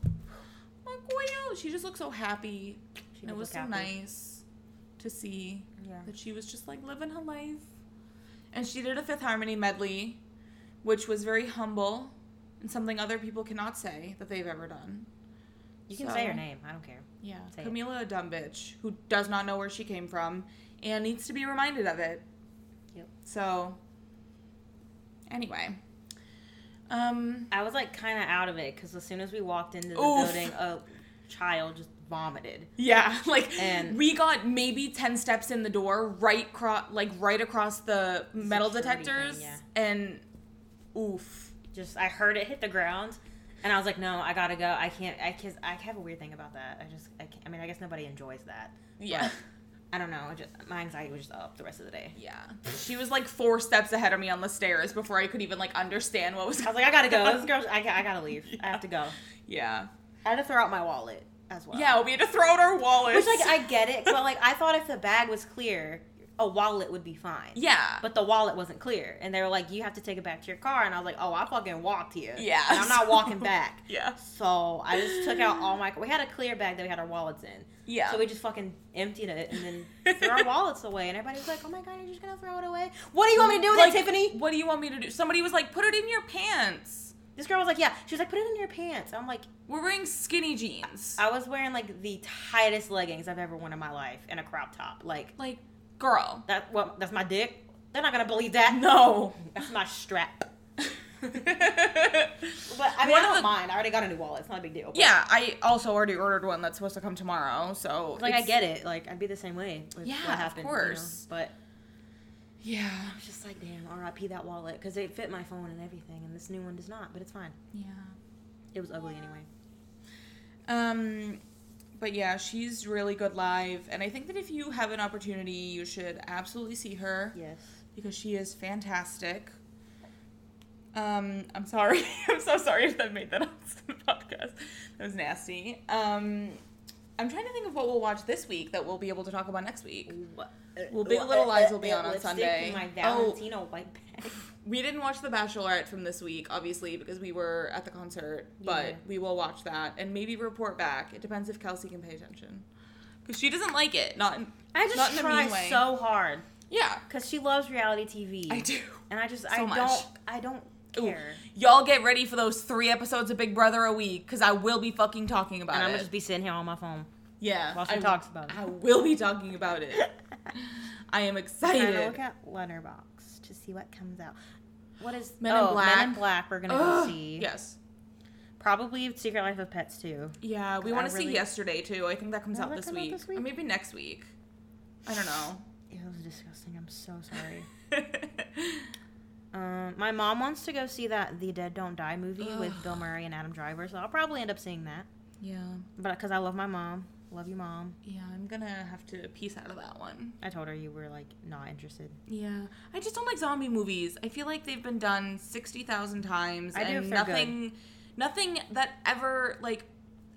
Speaker 1: McGoyle. She just looked so happy. And
Speaker 2: She did
Speaker 1: it was
Speaker 2: look
Speaker 1: so
Speaker 2: happy.
Speaker 1: nice to see
Speaker 2: Yeah.
Speaker 1: that she was just like living her life. And she did a Fifth Harmony medley, which was very humble and something other people cannot say that they've ever done.
Speaker 2: You can
Speaker 1: So-
Speaker 2: say her name. I don't care.
Speaker 1: Yeah.
Speaker 2: Say it.
Speaker 1: Camila, a dumb bitch who does not know where she came from and needs to be reminded of it.
Speaker 2: Yep.
Speaker 1: So, anyway. Um,
Speaker 2: I was like kind of out of it because as soon as we walked into the
Speaker 1: Oof.
Speaker 2: building, a child just vomited.
Speaker 1: yeah, like
Speaker 2: And-
Speaker 1: we got maybe 10 steps in the door right cro- like right across the metal
Speaker 2: Security thing,
Speaker 1: detectors
Speaker 2: yeah.
Speaker 1: and oof.
Speaker 2: Just I heard it hit the ground, and I was like, no, I gotta go. I can't. I cause I have a weird thing about that. I just I can't. I mean, I guess nobody enjoys that.
Speaker 1: Yeah.
Speaker 2: I don't know. I just my anxiety was just up the rest of the day.
Speaker 1: Yeah. She was like four steps ahead of me on the stairs before I could even like understand what was
Speaker 2: I was like, I gotta go. This girl, I, ca- I gotta leave. I have to go.
Speaker 1: Yeah.
Speaker 2: I had to throw out my wallet as well.
Speaker 1: Yeah, we had to throw out our wallets.
Speaker 2: Which like I get it, but like I thought if the bag was clear, a wallet would be fine.
Speaker 1: Yeah.
Speaker 2: But the wallet wasn't clear, and they were like, "You have to take it back to your car." And I was like, "Oh, I fucking walked here.
Speaker 1: Yeah.
Speaker 2: and I'm not walking back."
Speaker 1: Yeah.
Speaker 2: So I just took out all my. We had a clear bag that we had our wallets in.
Speaker 1: Yeah.
Speaker 2: So we just fucking emptied it and then threw our wallets away, and everybody was like, "Oh my god, you're just gonna throw it away? What do you want me to do with
Speaker 1: Like,
Speaker 2: it, Tiffany?"
Speaker 1: What do you want me to do? Somebody was like, put it in your pants.
Speaker 2: This girl was like, "Yeah." She was like, "Put it in your pants." I'm like,
Speaker 1: We're wearing skinny jeans.
Speaker 2: I was wearing like the tightest leggings I've ever worn in my life and a crop top. Like
Speaker 1: like, girl.
Speaker 2: that. Well, that's my dick. They're not gonna believe that.
Speaker 1: No.
Speaker 2: That's my strap.
Speaker 1: yeah,
Speaker 2: But I mean,
Speaker 1: One of
Speaker 2: I don't
Speaker 1: the-
Speaker 2: mind. I already got a new wallet. It's not a big deal. But,
Speaker 1: I also already ordered one that's supposed to come tomorrow. So
Speaker 2: Like I
Speaker 1: it's-
Speaker 2: get it. Like I'd be the same way. With
Speaker 1: Yeah,
Speaker 2: what
Speaker 1: of
Speaker 2: happened, you know,
Speaker 1: course.
Speaker 2: But
Speaker 1: Yeah.
Speaker 2: I was just like, damn, R.I.P. that wallet because it fit my phone and everything, and this new one does not. But it's fine.
Speaker 1: Yeah.
Speaker 2: It was ugly anyway.
Speaker 1: Um but yeah, she's really good live and I think that if you have an opportunity, you should absolutely see her
Speaker 2: Yes.
Speaker 1: because she is fantastic. Um I'm sorry. I'm so sorry if that made that up to the podcast. That was nasty. Um I'm trying to think of what we'll watch this week that we'll be able to talk about next week. Well, Big Little Lies will be on on Sunday.
Speaker 2: My
Speaker 1: Oh.
Speaker 2: Valentino white bag.
Speaker 1: We didn't watch The Bachelorette from this week, obviously, because we were at the concert, but
Speaker 2: Yeah.
Speaker 1: we will watch that and maybe report back. It depends if Kelsey can pay attention. Because she doesn't like it. Not in,
Speaker 2: I just
Speaker 1: Not in a
Speaker 2: try
Speaker 1: mean way.
Speaker 2: so hard
Speaker 1: Yeah.
Speaker 2: because she loves reality TV.
Speaker 1: I do.
Speaker 2: and I just
Speaker 1: So
Speaker 2: I
Speaker 1: much.
Speaker 2: don't I don't
Speaker 1: Ooh.
Speaker 2: care.
Speaker 1: Y'all get ready for those three episodes of Big Brother a week, because I will be fucking talking about
Speaker 2: And I'm
Speaker 1: it.
Speaker 2: gonna just be sitting here on my phone.
Speaker 1: yeah.
Speaker 2: while she
Speaker 1: I-
Speaker 2: talks about it.
Speaker 1: I will be talking about it. I am
Speaker 2: Trying to look
Speaker 1: excited.
Speaker 2: at Letterbox to see what comes out. What is
Speaker 1: Men in
Speaker 2: oh,
Speaker 1: Black?
Speaker 2: Men in Black? We're gonna
Speaker 1: Ugh,
Speaker 2: go see.
Speaker 1: Yes.
Speaker 2: Probably Secret Life of Pets too.
Speaker 1: Yeah, we
Speaker 2: I
Speaker 1: want to see
Speaker 2: really-
Speaker 1: yesterday too. I think that comes
Speaker 2: Does
Speaker 1: out
Speaker 2: that
Speaker 1: this,
Speaker 2: come out
Speaker 1: week.
Speaker 2: this week?
Speaker 1: Or maybe next week. I don't know.
Speaker 2: It was disgusting. I'm so sorry. um, my mom wants to go see that The Dead Don't Die movie with
Speaker 1: Ugh.
Speaker 2: Bill Murray and Adam Driver, so I'll probably end up seeing that.
Speaker 1: yeah.
Speaker 2: But because I love my mom, love you, mom.
Speaker 1: Yeah, I'm gonna have to piece out of that one.
Speaker 2: I told her you were like not interested.
Speaker 1: Yeah, I just don't like zombie movies. I feel like they've been done sixty thousand times,
Speaker 2: I do
Speaker 1: and
Speaker 2: if they're good.
Speaker 1: nothing, nothing that ever like.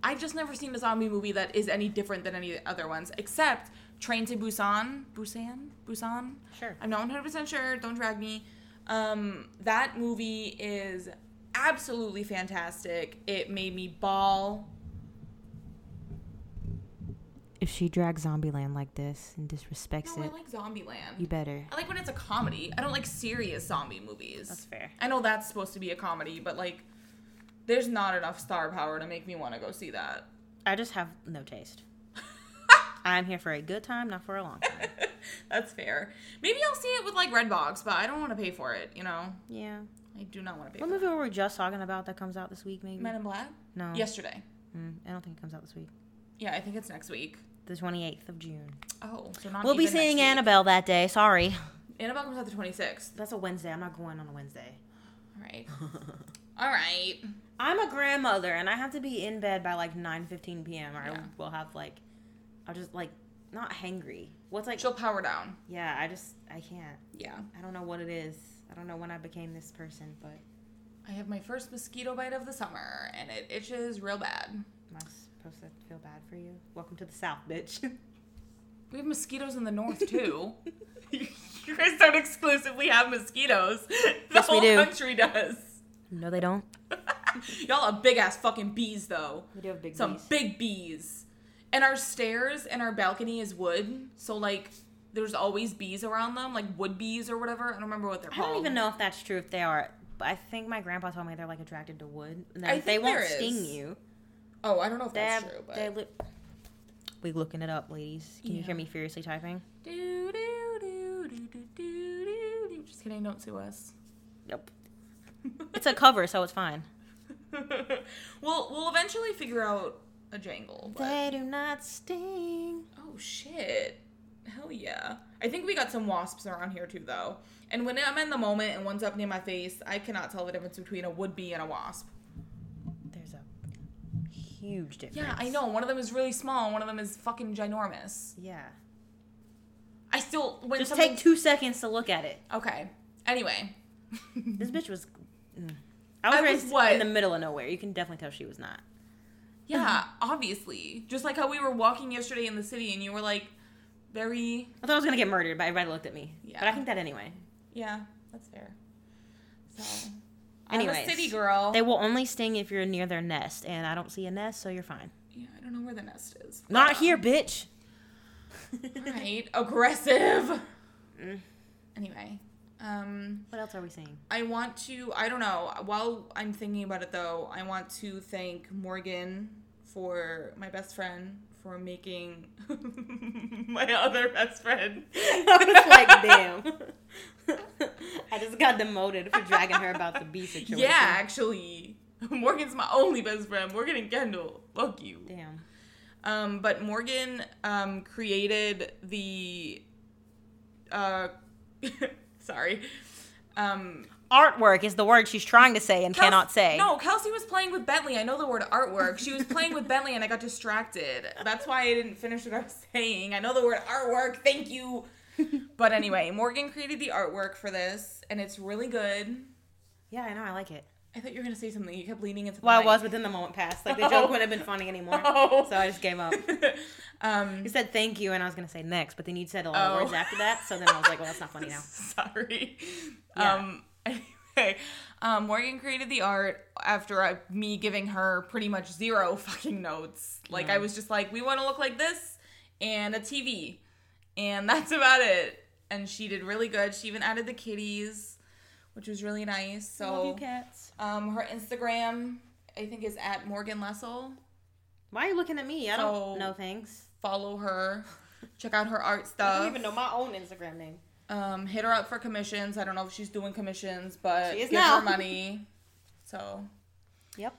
Speaker 1: I've just never seen a zombie movie that is any different than any other ones, except Train to Busan, Busan, Busan.
Speaker 2: Sure.
Speaker 1: I'm not 100 percent sure. Don't drag me. Um, that movie is absolutely fantastic. It made me bawl.
Speaker 2: If she drags Zombieland like this and disrespects
Speaker 1: No, I like Zombieland.
Speaker 2: better.
Speaker 1: I like when it's a comedy. I don't like serious zombie movies.
Speaker 2: That's fair.
Speaker 1: I know that's supposed to be a comedy, but like, there's not enough star power to make me want to go see that.
Speaker 2: I just have no taste. I'm here for a good time, not for a long time.
Speaker 1: That's fair. Maybe I'll see it with like Redbox, but I don't want to pay for it. You know,
Speaker 2: Yeah.
Speaker 1: I do not want to pay.
Speaker 2: What
Speaker 1: for it.
Speaker 2: movie were we just talking about that comes out this week? Maybe.
Speaker 1: Men in Black.
Speaker 2: no.
Speaker 1: Yesterday.
Speaker 2: Mm, I don't think it comes out this week.
Speaker 1: Yeah, I think it's next week.
Speaker 2: The 28th of June.
Speaker 1: Oh, so not.
Speaker 2: we'll be
Speaker 1: even next
Speaker 2: seeing
Speaker 1: week.
Speaker 2: Annabelle that day. Sorry.
Speaker 1: Annabelle comes out the 26th.
Speaker 2: That's a Wednesday. I'm not going on a Wednesday.
Speaker 1: All right. All right.
Speaker 2: I'm a grandmother and I have to be in bed by like 9:15 p.m. or
Speaker 1: Yeah.
Speaker 2: I will have like, I'll just like not hangry. What's like?
Speaker 1: She'll power down.
Speaker 2: yeah, I just I can't.
Speaker 1: Yeah.
Speaker 2: I don't know what it is. I don't know when I became this person, but
Speaker 1: I have my first mosquito bite of the summer, and it itches real bad.
Speaker 2: am I supposed to feel bad for you? Welcome to the South, bitch.
Speaker 1: We have mosquitoes in the north too. you guys don't exclusively have mosquitoes. The
Speaker 2: Yes, we
Speaker 1: whole
Speaker 2: do.
Speaker 1: country does.
Speaker 2: no, they don't.
Speaker 1: Y'all are big ass fucking bees though.
Speaker 2: We do have big
Speaker 1: Some
Speaker 2: bees.
Speaker 1: big bees. And our stairs and our balcony is wood, so like there's always bees around them, like wood bees or whatever. I don't remember what they're
Speaker 2: I
Speaker 1: called.
Speaker 2: don't even know if that's true. If they are, but I think my grandpa told me they're like attracted to wood. And
Speaker 1: I
Speaker 2: that they
Speaker 1: think
Speaker 2: won't
Speaker 1: there is.
Speaker 2: sting you.
Speaker 1: Oh, I don't know if
Speaker 2: They
Speaker 1: that's
Speaker 2: have-
Speaker 1: true, but.
Speaker 2: they li- we looking it up, ladies. Can you
Speaker 1: Yeah.
Speaker 2: hear me furiously typing?
Speaker 1: Do, do, do, do, do, do, do, do. Just kidding, don't sue us.
Speaker 2: Nope. It's a cover, so it's fine.
Speaker 1: we'll, we'll eventually figure out a jangle. But...
Speaker 2: They do not sting.
Speaker 1: Oh shit. Hell yeah. I think we got some wasps around here too though. And when I'm in the moment and one's up near my face, I cannot tell the difference between a would be and a wasp.
Speaker 2: There's a huge difference.
Speaker 1: Yeah, I know. One of them is really small and one of them is fucking ginormous.
Speaker 2: Yeah.
Speaker 1: I still when
Speaker 2: Just
Speaker 1: something
Speaker 2: take two seconds to look at it.
Speaker 1: Okay. Anyway.
Speaker 2: This bitch was. mm. I was
Speaker 1: I was
Speaker 2: raised
Speaker 1: what?
Speaker 2: in the middle of nowhere. You can definitely tell she was not.
Speaker 1: Yeah,
Speaker 2: Mm-hmm.
Speaker 1: obviously. Just like how we were walking yesterday in the city and you were like very
Speaker 2: I thought I was gonna get murdered, but everybody looked at me.
Speaker 1: Yeah.
Speaker 2: But I think that anyway.
Speaker 1: Yeah, that's fair. So I'm
Speaker 2: Anyways.
Speaker 1: a city girl.
Speaker 2: They will only sting if you're near their nest, and I don't see a nest, so you're fine.
Speaker 1: yeah, I don't know where the nest is.
Speaker 2: Not here, bitch.
Speaker 1: right aggressive anyway um
Speaker 2: What else are we saying?
Speaker 1: i want to i don't know while i'm thinking about it though i want to thank morgan for my best friend for making my other best friend
Speaker 2: I was like, damn. I just got demoted for dragging her about the bee situation.
Speaker 1: yeah actually morgan's my only best friend morgan and kendall fuck you
Speaker 2: Damn.
Speaker 1: Um, but Morgan um, created the. Uh, sorry. Um,
Speaker 2: Artwork is the word she's trying to say and
Speaker 1: Kels-
Speaker 2: cannot say.
Speaker 1: No, Kelsey was playing with Bentley. I know the word artwork. She was playing with Bentley and I got distracted. That's why I didn't finish what I was saying. I know the word artwork. Thank you. But anyway, Morgan created the artwork for this and it's really good.
Speaker 2: Yeah, I know. I like it.
Speaker 1: I thought you were going to say something. You kept leaning into the
Speaker 2: Well, I
Speaker 1: mic.
Speaker 2: was within the moment past. Like the
Speaker 1: Oh.
Speaker 2: joke wouldn't have been funny anymore.
Speaker 1: Oh.
Speaker 2: So I just gave up.
Speaker 1: um,
Speaker 2: You said thank you, and I was gonna say next, but then you said a lot
Speaker 1: Oh.
Speaker 2: of words after that. So then I was like, well, that's not funny now.
Speaker 1: Sorry.
Speaker 2: Yeah.
Speaker 1: Um anyway, um Morgan created the art after I, me giving her pretty much zero fucking notes. Like
Speaker 2: Mm-hmm.
Speaker 1: I was just like, we want to look like this and a TV. And that's about it. And she did really good. She even added the kitties, which was really nice. So
Speaker 2: cats.
Speaker 1: um her Instagram I think is at Morgan Lessel.
Speaker 2: Why are you looking at me? I don't
Speaker 1: So-
Speaker 2: know things.
Speaker 1: Follow her. Check out her art stuff.
Speaker 2: I don't even know my own Instagram name.
Speaker 1: Um, hit her up for commissions. I don't know if she's doing commissions, but
Speaker 2: She is
Speaker 1: give
Speaker 2: now.
Speaker 1: her money. So
Speaker 2: Yep.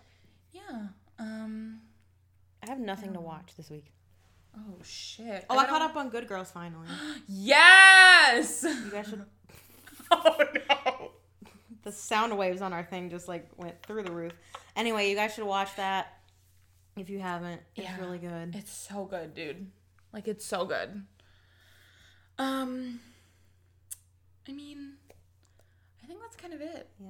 Speaker 1: yeah. Um.
Speaker 2: I have nothing to watch this week.
Speaker 1: Oh shit.
Speaker 2: Oh, I,
Speaker 1: don't-
Speaker 2: caught up on Good Girls finally.
Speaker 1: Yes.
Speaker 2: You guys should.
Speaker 1: oh no.
Speaker 2: The sound waves on our thing just like went through the roof. Anyway, you guys should watch that if you haven't. It's
Speaker 1: Yeah.
Speaker 2: really good.
Speaker 1: It's so good, dude. Like it's so good. Um. I mean, I think that's kind of it.
Speaker 2: Yeah.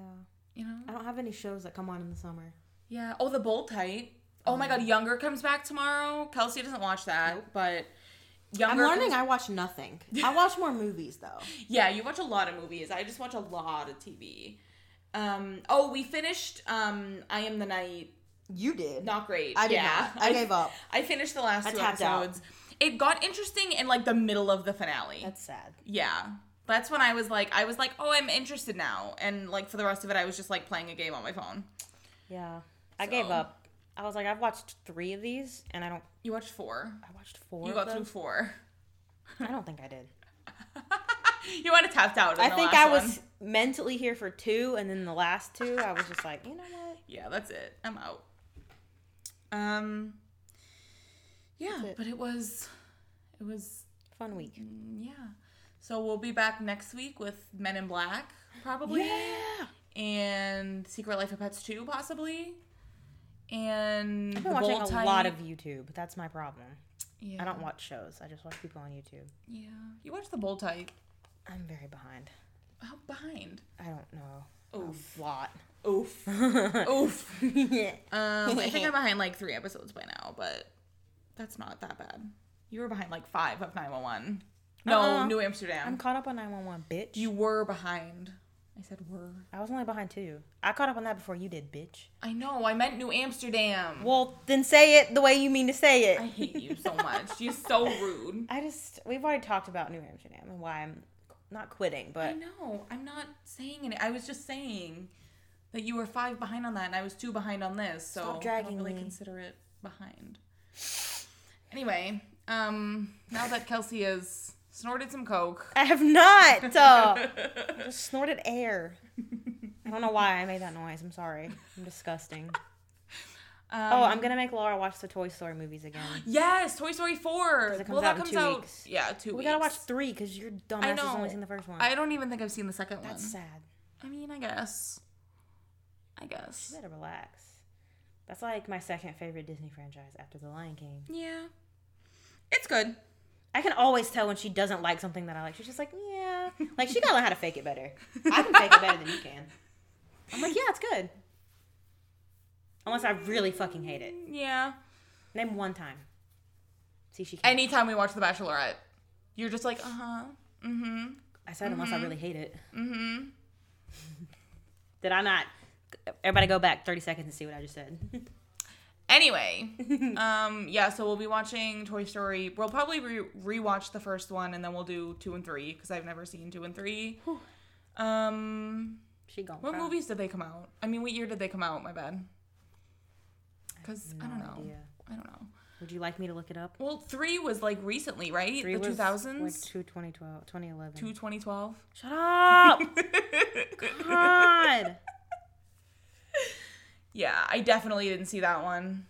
Speaker 1: You know.
Speaker 2: I don't have any shows that come on in the summer.
Speaker 1: Yeah. Oh, the bold tight. Oh
Speaker 2: Mm-hmm.
Speaker 1: my God, Younger comes back tomorrow. Kelsey doesn't watch that, but
Speaker 2: I'm
Speaker 1: Younger.
Speaker 2: learning
Speaker 1: comes-
Speaker 2: I watch nothing. I watch more movies though.
Speaker 1: Yeah, you watch a lot of movies. I just watch a lot of TV. Um, oh, we finished um, I Am the Night.
Speaker 2: You did.
Speaker 1: Not great.
Speaker 2: I did
Speaker 1: yeah.
Speaker 2: not. I gave up.
Speaker 1: I finished the last
Speaker 2: I
Speaker 1: two
Speaker 2: tapped out.
Speaker 1: episodes. It got interesting in like the middle of the finale.
Speaker 2: That's sad.
Speaker 1: yeah. That's when I was like, I was like, oh, I'm interested now. And like for the rest of it, I was just like playing a game on my phone.
Speaker 2: Yeah. I gave
Speaker 1: So- um,
Speaker 2: up. I was like, I've watched three of these and I don't
Speaker 1: You watched four.
Speaker 2: I watched four
Speaker 1: You
Speaker 2: of
Speaker 1: got through
Speaker 2: them.
Speaker 1: four.
Speaker 2: I don't think I did.
Speaker 1: You might have tapped out. in
Speaker 2: I
Speaker 1: the
Speaker 2: think
Speaker 1: last
Speaker 2: I was
Speaker 1: one.
Speaker 2: mentally here for two and then the last two I was just like, you know what?
Speaker 1: Yeah, that's it. I'm out. Um. Yeah,
Speaker 2: it.
Speaker 1: but it was, it was
Speaker 2: Fun week.
Speaker 1: Yeah. So we'll be back next week with Men in Black, probably. And Secret Life of Pets 2, possibly. And
Speaker 2: I've been watching a lot of YouTube. That's my problem.
Speaker 1: Yeah.
Speaker 2: I don't watch shows. I just watch people on YouTube.
Speaker 1: Yeah. You watch the bold type.
Speaker 2: I'm very behind.
Speaker 1: How behind?
Speaker 2: I don't know.
Speaker 1: Oof.
Speaker 2: A lot.
Speaker 1: Oof. Oof.
Speaker 2: I
Speaker 1: Um, I think I'm behind like three episodes by now, but that's not that bad. You were behind like five of 911. No,
Speaker 2: Uh-uh.
Speaker 1: New Amsterdam.
Speaker 2: am caught up on 911, bitch.
Speaker 1: you were behind. I said were.
Speaker 2: I was only behind two. I caught up on that before you did, bitch.
Speaker 1: I know. I meant New Amsterdam.
Speaker 2: Well, then say it the way you mean to say it.
Speaker 1: I hate you so much. You're so rude.
Speaker 2: I just we've already talked about New Amsterdam and why I'm not quitting,
Speaker 1: I
Speaker 2: but
Speaker 1: know. I'm not saying it. I was just saying that you were five behind on that, and I was two behind on this. So
Speaker 2: Stop
Speaker 1: I
Speaker 2: dragging
Speaker 1: don't really
Speaker 2: me.
Speaker 1: consider it behind. Anyway, um, now that Kelsey has snorted some coke,
Speaker 2: I have not. uh, I just snorted air. I don't know why I made that noise. I'm sorry. I'm disgusting.
Speaker 1: um,
Speaker 2: oh, I'm gonna make Laura watch the Toy Story movies again.
Speaker 1: yes, Toy Story four.
Speaker 2: 'Cause it comes
Speaker 1: Well,
Speaker 2: out
Speaker 1: that
Speaker 2: in
Speaker 1: comes
Speaker 2: two
Speaker 1: out.
Speaker 2: weeks.
Speaker 1: Yeah, two.
Speaker 2: We
Speaker 1: weeks.
Speaker 2: gotta watch three because your
Speaker 1: I
Speaker 2: dumbass has
Speaker 1: know.
Speaker 2: only seen the first one.
Speaker 1: I don't even think I've seen the second
Speaker 2: That's
Speaker 1: one.
Speaker 2: sad.
Speaker 1: I mean, I guess. I
Speaker 2: You
Speaker 1: guess.
Speaker 2: better relax. That's like my second favorite Disney franchise after The Lion King.
Speaker 1: Yeah, it's good.
Speaker 2: I can always tell when she doesn't like something that I like. She's just like, yeah. Like she gotta learn how to fake it better. I can fake it better than you can. I'm like, yeah, it's good. Unless I really fucking hate it.
Speaker 1: Yeah.
Speaker 2: Name one time. See, she can't.
Speaker 1: Anytime we watch The Bachelorette, you're just like, uh huh, mm hmm,
Speaker 2: I said unless I really hate it.
Speaker 1: mm hmm.
Speaker 2: Did I not? Everybody go back 30 seconds and see what I just said.
Speaker 1: Anyway, um, yeah, so we'll be watching Toy Story. We'll probably re- rewatch the first one, and then we'll do two and three because I've never seen two and three.
Speaker 2: Whew.
Speaker 1: Um,
Speaker 2: she gone.
Speaker 1: what
Speaker 2: cry.
Speaker 1: movies did they come out? I mean, what year did they come out? My bad. Because I,
Speaker 2: No
Speaker 1: don't know.
Speaker 2: idea.
Speaker 1: I don't know.
Speaker 2: Would you like me to look it up?
Speaker 1: Well, three was like recently, right?
Speaker 2: Three
Speaker 1: the
Speaker 2: was,
Speaker 1: two thousands,
Speaker 2: Like two 2012, 2011.
Speaker 1: two twenty twelve.
Speaker 2: Shut up! God!
Speaker 1: Yeah, I definitely didn't see that one.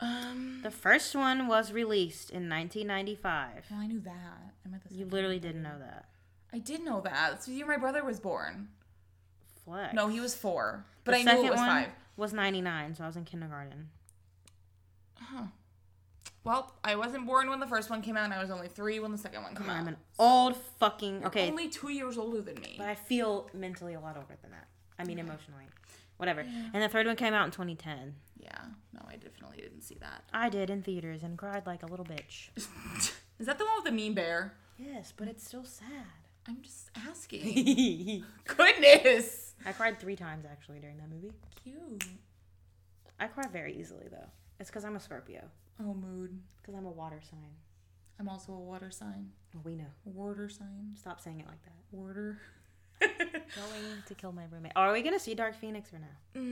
Speaker 1: Um,
Speaker 2: The first one was released in 1995.
Speaker 1: well, I knew that. I meant this.
Speaker 2: You literally didn't know that.
Speaker 1: I did know that. It's the year my brother was born.
Speaker 2: Flex.
Speaker 1: No, he was four,
Speaker 2: The
Speaker 1: but I knew
Speaker 2: second
Speaker 1: it was
Speaker 2: one
Speaker 1: five.
Speaker 2: Was 99, so I was in kindergarten.
Speaker 1: Well, I wasn't born when the first one came out, and I was only three when the second one came out.
Speaker 2: I'm an old fucking. Okay,
Speaker 1: Only two years older than me.
Speaker 2: but I feel mentally a lot older than that. I mean, emotionally. Whatever. And the third one came out in 2010.
Speaker 1: Yeah, no, I definitely didn't see that.
Speaker 2: I did in theaters and cried like a little bitch.
Speaker 1: Is that the one with the mean bear?
Speaker 2: Yes, but it's still sad.
Speaker 1: I'm just asking. Goodness.
Speaker 2: I cried three times actually during that movie.
Speaker 1: Cute.
Speaker 2: I cry very easily though. It's because I'm a Scorpio.
Speaker 1: Oh, mood.
Speaker 2: Because I'm a water sign.
Speaker 1: I'm also a water sign.
Speaker 2: We know.
Speaker 1: Water sign.
Speaker 2: Stop saying it like that.
Speaker 1: Water.
Speaker 2: Going to kill my roommate. Are we gonna see Dark Phoenix or no?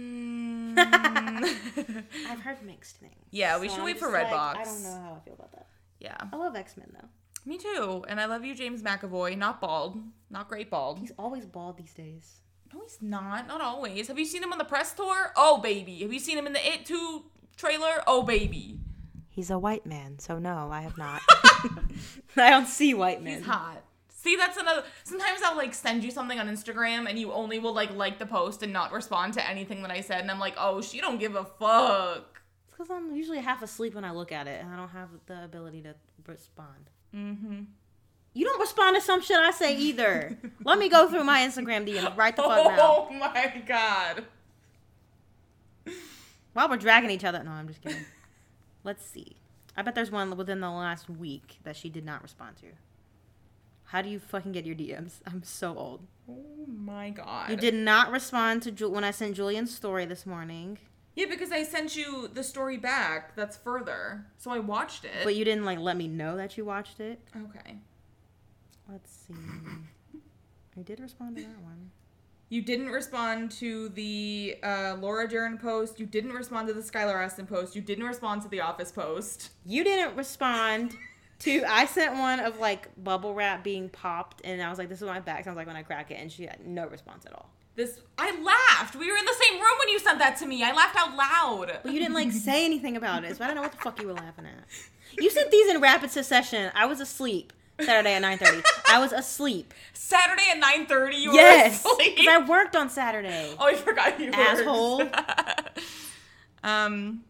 Speaker 1: Mm.
Speaker 2: I've heard mixed things.
Speaker 1: Yeah, we
Speaker 2: So
Speaker 1: should
Speaker 2: I'm
Speaker 1: wait for
Speaker 2: just like,
Speaker 1: Redbox.
Speaker 2: I don't know how I feel about that.
Speaker 1: yeah,
Speaker 2: I love X Men though.
Speaker 1: me too. And I love you, James McAvoy. Not bald. Not great bald.
Speaker 2: He's always bald these days.
Speaker 1: No, he's not. Not always. Have you seen him on the press tour? Oh, baby. Have you seen him in the It 2 trailer? Oh, baby.
Speaker 2: He's a white man, so no, I have not. I don't see white men.
Speaker 1: He's hot. See, that's another. Sometimes I'll like send you something on Instagram and you only will like like the post and not respond to anything that I said. And I'm like, oh, she don't give a fuck.
Speaker 2: It's because I'm usually half asleep when I look at it, and I don't have the ability to respond.
Speaker 1: Mm-hmm.
Speaker 2: You don't respond to some shit I say either. Let me go through my Instagram DM right the fuck now.
Speaker 1: Oh my god.
Speaker 2: While we're dragging each other. No, I'm just kidding. Let's see. I bet there's one within the last week that she did not respond to. How do you fucking get your DMs? I'm so old.
Speaker 1: Oh my god.
Speaker 2: You did not respond to Ju- when I sent Julian's story this morning,
Speaker 1: Yeah, because I sent you the story back. That's further. So I watched it.
Speaker 2: but you didn't like let me know that you watched it.
Speaker 1: okay.
Speaker 2: Let's see. I did respond to that one.
Speaker 1: You didn't respond to the uh, Laura Dern post. You didn't respond to the Skylar Aston post. You didn't respond to the Office post.
Speaker 2: You didn't respond to. I sent one of like bubble wrap being popped, and I was like, "This is what my back sounds like when I crack it," and she had no response at all.
Speaker 1: This I laughed. We were in the same room when you sent that to me. I laughed out loud.
Speaker 2: But you didn't like say anything about it, so I don't know what the fuck you were laughing at. You sent these in rapid succession. I was asleep Saturday at nine thirty. I was asleep.
Speaker 1: Saturday at nine thirty. You
Speaker 2: Yes,
Speaker 1: were asleep.
Speaker 2: 'cause I worked on Saturday.
Speaker 1: oh, I forgot you. worked.
Speaker 2: Asshole.
Speaker 1: um,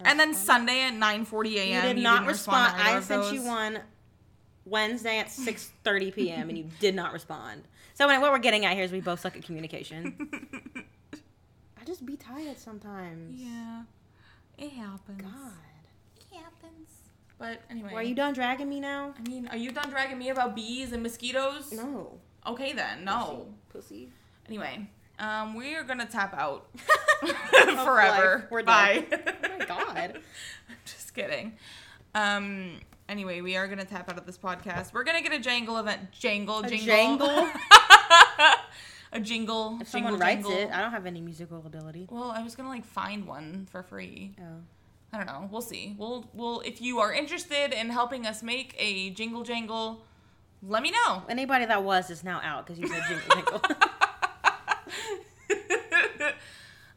Speaker 1: and then Sunday at nine forty a.m.
Speaker 2: you did
Speaker 1: you
Speaker 2: not
Speaker 1: didn't
Speaker 2: respond.
Speaker 1: to either
Speaker 2: I
Speaker 1: of
Speaker 2: sent you
Speaker 1: those.
Speaker 2: one Wednesday at six thirty p.m. and you did not respond. So anyway, what we're getting at here is we both suck at communication. I just be tired sometimes.
Speaker 1: Yeah, it happens.
Speaker 2: God.
Speaker 1: It happens. But anyway,
Speaker 2: Well, are you done dragging me now?
Speaker 1: I mean, are you done dragging me about bees and mosquitoes?
Speaker 2: No.
Speaker 1: Okay then, no.
Speaker 2: Pussy.
Speaker 1: Anyway, um, we are gonna tap out
Speaker 2: Of
Speaker 1: forever.
Speaker 2: life. We're
Speaker 1: Bye.
Speaker 2: Oh my god.
Speaker 1: Just kidding. Um. Anyway, we are gonna tap out of this podcast. We're gonna get a jangle event. Jangle,
Speaker 2: A
Speaker 1: jingle.
Speaker 2: jangle?
Speaker 1: a jingle.
Speaker 2: If someone
Speaker 1: jingle,
Speaker 2: writes
Speaker 1: jingle.
Speaker 2: it, I don't have any musical ability.
Speaker 1: well, I was gonna like find one for free.
Speaker 2: Oh.
Speaker 1: I don't know. We'll see. We'll we'll if you are interested in helping us make a jingle jangle, let me know.
Speaker 2: Anybody that was is now out because you said oh. jingle jingle.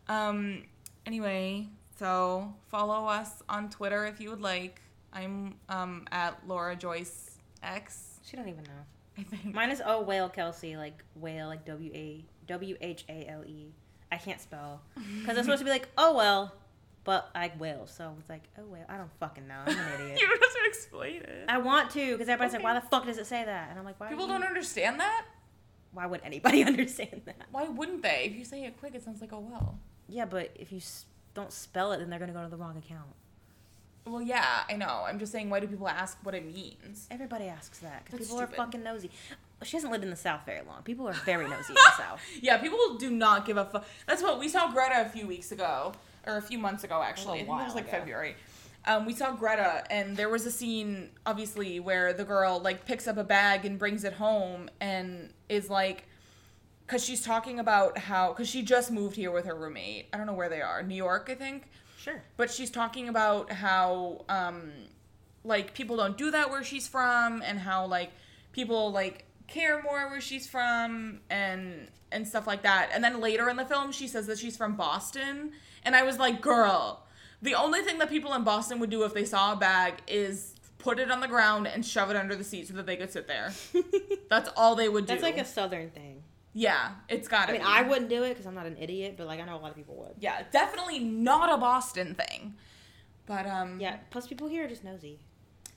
Speaker 1: um anyway, so follow us on Twitter if you would like. I'm um at Laura Joyce X,
Speaker 2: she don't even know.
Speaker 1: I think.
Speaker 2: Mine is oh whale Kelsey like whale like W A W H A L E. I can't spell because it's supposed to be like oh well, but like whale. So it's like oh well. I don't fucking know. I'm an idiot.
Speaker 1: you don't have to explain it.
Speaker 2: I want to because everybody's
Speaker 1: Okay.
Speaker 2: like why the fuck does it say that? And I'm like why
Speaker 1: People
Speaker 2: you-
Speaker 1: don't understand that?
Speaker 2: why would anybody understand that?
Speaker 1: Why wouldn't they? If you say it quick, it sounds like oh well.
Speaker 2: Yeah, but if you s- don't spell it, then they're gonna go to the wrong account.
Speaker 1: Well, yeah, I know. I'm just saying, why do people ask what it means?
Speaker 2: Everybody asks that because
Speaker 1: That's
Speaker 2: people
Speaker 1: stupid.
Speaker 2: are fucking nosy. She hasn't lived in the South very long. People are very nosy in the South.
Speaker 1: Yeah, people do not give a fuck. That's what we saw Greta a few weeks ago, or a few months ago, actually. I
Speaker 2: A
Speaker 1: think it
Speaker 2: little
Speaker 1: was
Speaker 2: while
Speaker 1: like
Speaker 2: ago.
Speaker 1: February. Um, we saw Greta, and there was a scene, obviously, where the girl like picks up a bag and brings it home, and is like, because she's talking about how, because she just moved here with her roommate. I don't know where they are, New York, I think.
Speaker 2: Sure.
Speaker 1: but she's talking about how um like people don't do that where she's from and how like people like care more where she's from and and stuff like that and then later in the film she says that she's from boston and i was like girl the only thing that people in boston would do if they saw a bag is put it on the ground and shove it under the seat so that they could sit there that's all they would do
Speaker 2: That's like a Southern thing.
Speaker 1: yeah it's gotta
Speaker 2: I mean,
Speaker 1: be.
Speaker 2: I wouldn't do it because I'm not an idiot, but like I know a lot of people would.
Speaker 1: yeah definitely not a boston thing but um
Speaker 2: Yeah. Plus, people here are just nosy.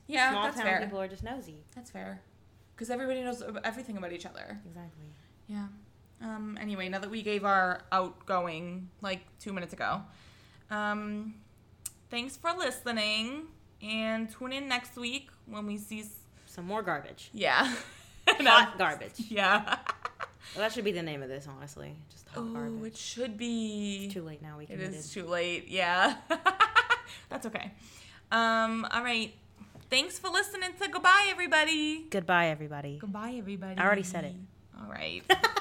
Speaker 1: yeah
Speaker 2: Small
Speaker 1: that's
Speaker 2: town
Speaker 1: fair
Speaker 2: people are just nosy.
Speaker 1: That's fair. Because everybody knows ab- everything about each other.
Speaker 2: Exactly.
Speaker 1: Yeah. Um, anyway, now that we gave our outgoing like two minutes ago, um, thanks for listening and tune in next week when we see. S-
Speaker 2: Some more garbage.
Speaker 1: yeah.
Speaker 2: Hot garbage.
Speaker 1: Yeah.
Speaker 2: Well, that should be the name of this, honestly. Just hot
Speaker 1: Oh,
Speaker 2: garbage.
Speaker 1: it should be.
Speaker 2: Too late now. We
Speaker 1: it
Speaker 2: committed.
Speaker 1: is too late. Yeah. That's okay. Um, all right. Thanks for listening to Goodbye, everybody.
Speaker 2: Goodbye, everybody.
Speaker 1: Goodbye, everybody.
Speaker 2: I already said it.
Speaker 1: All right.